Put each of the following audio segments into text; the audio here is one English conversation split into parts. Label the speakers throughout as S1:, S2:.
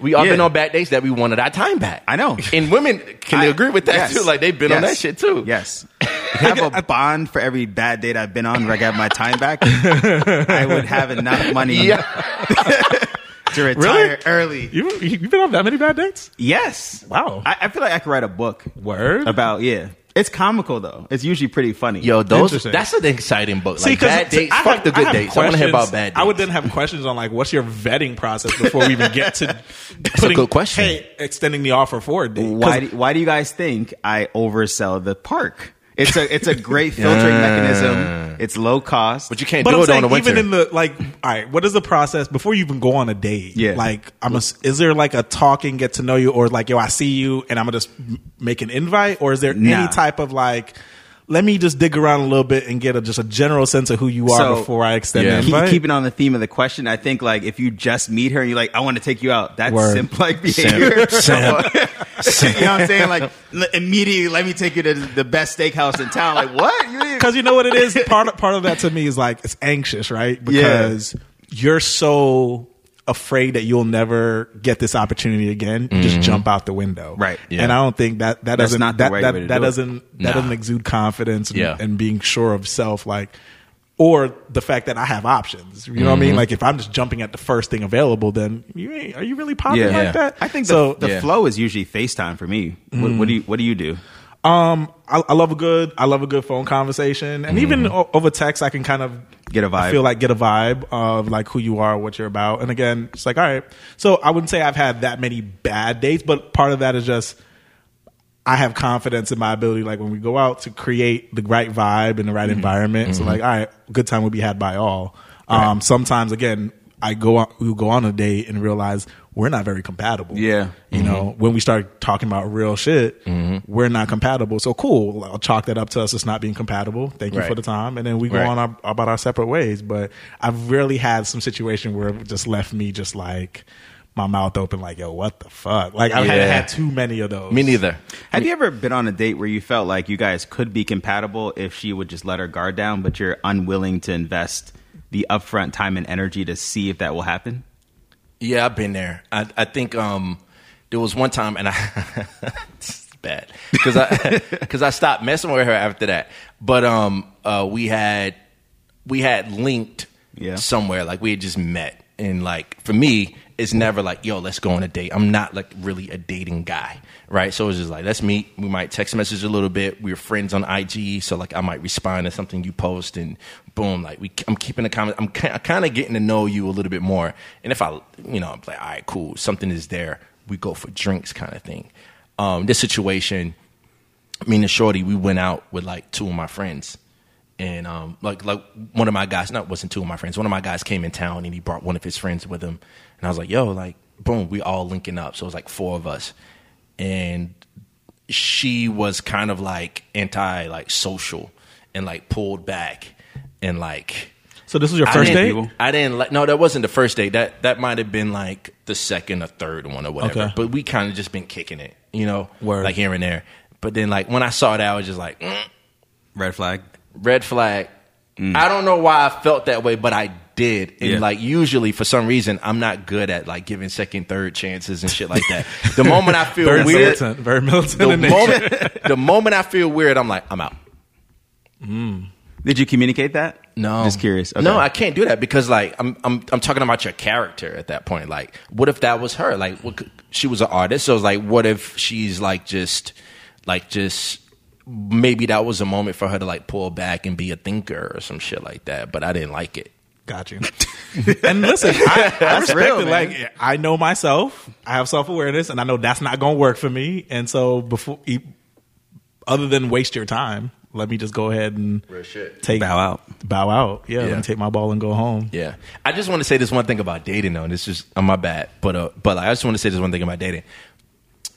S1: We all
S2: Yeah.
S1: been on bad dates that we wanted our time back.
S2: I know.
S1: And women can
S2: I-
S1: agree with that
S2: yes.
S1: too. Like they've been on
S2: Yes.
S1: that shit too.
S2: Yes. If I have a bond for every bad date I've been on where I got my time back, I would have enough money
S1: Yeah.
S2: to retire early.
S3: You you've been on that many bad dates?
S2: Yes.
S3: Wow.
S2: I, I feel like I could write a book
S3: Word.
S1: Uh,
S2: about yeah. It's comical though. It's usually pretty funny.
S1: Yo, those
S3: Interesting.
S1: that's an exciting book. Like
S3: See, 'cause
S1: bad
S3: t-
S1: dates.
S3: I
S1: fuck
S3: have-
S1: the good
S3: have
S1: dates. I want to hear about bad dates.
S3: I would then have questions on like, what's your vetting process before we even get to that's putting,
S1: good question.
S3: Hey, extending the offer for a date. 'Cause
S2: why do, why do you guys think I oversell the park? It's a it's a great filtering mechanism. It's low cost.
S1: but you can't
S3: But
S1: do it
S3: I'm
S1: on
S3: saying
S1: the winter.
S3: even in the like, all right, what is the process before you even go on a date?
S2: Yeah.
S3: like I'm. A, is there like a talk and get to know you, or like yo, I see you, and I'm gonna just m- make an invite, or is there
S2: Nah.
S3: any type of like, let me just dig around a little bit and get a, just a general sense of who you are
S2: So-
S3: before I extend
S1: Yeah.
S3: the
S2: Keep-
S3: invite?
S2: keeping on the theme of the question, I think like if you just meet her and you're like, I want to take you out, that's
S3: Word.
S2: simp like behavior. you know what I'm saying? Like l- immediately, let me take you to the best steakhouse in town. Like what? You didn't-
S3: because you know what it is. Part of, part of that to me is like it's anxious, right? Because you're so afraid that you'll never get this opportunity again. You Just jump out the window,
S2: Mm-hmm. Right.
S1: Yeah.
S3: And I don't think that that
S2: That's
S3: doesn't
S2: not the
S3: that
S2: right
S3: that,
S2: way to
S3: that
S2: do it.
S3: doesn't that
S1: Nah.
S3: doesn't exude confidence and,
S1: Yeah.
S3: and being sure of self, like. Or the fact that I have options, you know what I
S2: Mm-hmm.
S3: mean. Like if I'm just jumping at the first thing available, then you ain't, are you really popping
S2: Yeah.
S3: like
S1: Yeah.
S3: that?
S2: I think the,
S3: so. Mm.
S2: the
S1: Yeah.
S2: flow is usually FaceTime for me. What, what do you What do you do?
S3: um, I, I love a good, I love a good phone conversation, and even o- over text, I can kind of
S2: Mm-hmm. Get a vibe.
S3: I feel like get a vibe of like who you are, what you're about. And again, it's like, all right. So I wouldn't say I've had that many bad dates, but part of that is just I have confidence in my ability, like when we go out to create the right vibe and the
S2: Mm-hmm.
S3: right environment. So like, all right, good time will be had by all. Um, sometimes again, I go on, we go on a date and realize we're not very compatible.
S2: Yeah.
S3: You
S1: Mm-hmm.
S3: know, when we start talking about real shit, we're not compatible. So cool. I'll chalk that up to us. It's not being compatible. Thank you
S1: Right.
S3: for the time. And then we go
S1: Right.
S3: on our, about our separate ways. But I've really had some situation where it just left me just like my mouth open, like, yo, what the fuck? Like I've
S1: Yeah.
S3: had, had too many of those.
S1: Me neither.
S2: Have you ever been on a date where you felt like you guys could be compatible if she would just let her guard down, but you're unwilling to invest the upfront time and energy to see if that will happen?
S1: Yeah, I've been there. I, I think um, there was one time, and I it's bad because I because I stopped messing with her after that. But um, uh, we had we had linked
S2: Yeah.
S1: somewhere, like we had just met, and like for me, it's never like yo, let's go on a date. I'm not like really a dating guy, right? So it's just like let's meet. We might text message a little bit. We were friends on IG, so like I might respond to something you post, and boom, like we I'm keeping the comment. I'm kind of getting to know you a little bit more, and if I you know I'm like all right, cool, something is there. We go for drinks, kind of thing. Um, this situation me and Shorty, we went out with like two of my friends. And um, like like one of my guys, not wasn't two of my friends. One of my guys came in town and he brought one of his friends with him. And I was like, "Yo, like, boom, we all linking up." So it was like four of us, and she was kind of like anti like social and like pulled back and like
S3: So this was your
S1: I
S3: first
S1: didn't-
S3: date?
S1: I didn't like. No, that wasn't the first date. That that might have been like the second or third one or whatever.
S3: Okay.
S1: But we kind of just been kicking it, you know,
S3: Word.
S1: like here and there. But then like when I saw that, I was just like, mm,
S2: Red flag.
S1: red flag. I don't know why I felt that way, but I did. And
S2: Yeah.
S1: like usually for some reason, I'm not good at like giving second, third chances and shit like that. The moment I feel
S3: Very
S1: weird,
S3: militant. Very militant
S1: the
S3: in nature.
S1: moment the moment I feel weird, I'm like, I'm out.
S2: Did you communicate that?
S1: No,
S2: Just curious. Okay.
S1: No, I can't do that because like I'm I'm I'm talking about your character at that point. Like, what if that was her? Like, what, could- she was an artist, so it's like, what if she's like just like just maybe that was a moment for her to like pull back and be a thinker or some shit like that. But I didn't like it.
S3: Got you. and listen, I, I respect
S2: real,
S3: it.
S2: man.
S3: Like I know myself, I have self awareness, and I know that's not going to work for me. And so, before, e- other than waste your time, let me just go ahead and
S1: Real shit.
S3: take
S2: Bow out.
S3: bow out. Yeah,
S1: Yeah.
S3: let me take my ball and go home.
S1: Yeah, I just want to say this one thing about dating, though. And this is on my bad, but uh, but like, I just want to say this one thing about dating.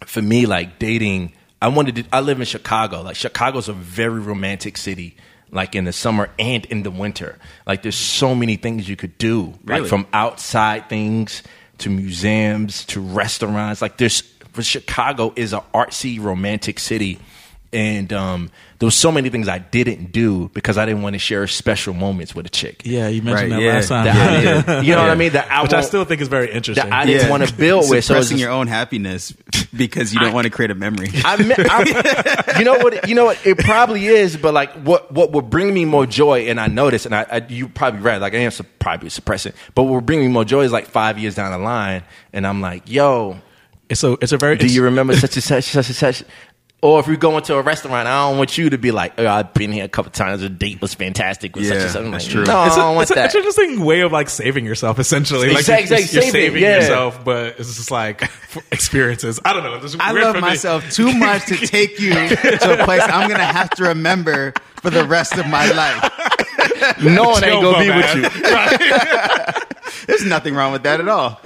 S1: For me, like dating, I wanted. To, I live in Chicago. Like Chicago's a very romantic city. Like in the summer and in the winter, like there's so many things you could do.
S2: Really?
S1: Like from outside things to museums to restaurants. Like there's for Chicago is an artsy romantic city And um, there was so many things I didn't do because I didn't want to share special moments with a chick.
S3: Yeah, you
S2: Right,
S3: mentioned that
S2: yeah.
S3: last time.
S1: That I didn't- you know what I
S2: Yeah.
S1: mean? That I,
S3: Which I
S1: won't-
S3: still think is very interesting.
S1: that I didn't want to build with. So it's
S2: suppressing
S1: just-
S2: your own happiness because you don't
S1: I-
S2: want to create a memory.
S1: I, me- I you know what it- you know what it probably is, but like what what would bring me more joy, and I noticed, and I, I you probably right, like I am su- probably suppressing, but what would bring me more joy is like five years down the line, and I'm like, yo,
S3: it's a it's a very
S1: do you remember such and such such and such? Or if we go into a restaurant, I don't want you to be like, oh, I've been here a couple times. The date was fantastic with such
S2: Yeah,
S1: and such. I'm
S2: that's
S1: like,
S2: true.
S1: No, I
S3: It's, a,
S1: don't want
S3: it's, a,
S1: that.
S3: it's an interesting way of like saving yourself, essentially. Like
S1: Exact-
S3: you're,
S1: exact
S3: you're
S1: saving,
S3: saving,
S1: yeah.
S3: yourself, but it's just like f- experiences. I don't know. It's
S2: I
S3: weird
S2: love
S3: for me.
S2: myself too much to take you to a place I'm gonna have to remember for the rest of my life.
S1: no one ain't
S3: Chill,
S1: gonna be
S3: bum
S1: with you.
S3: ass. Right.
S2: There's nothing wrong with that at all.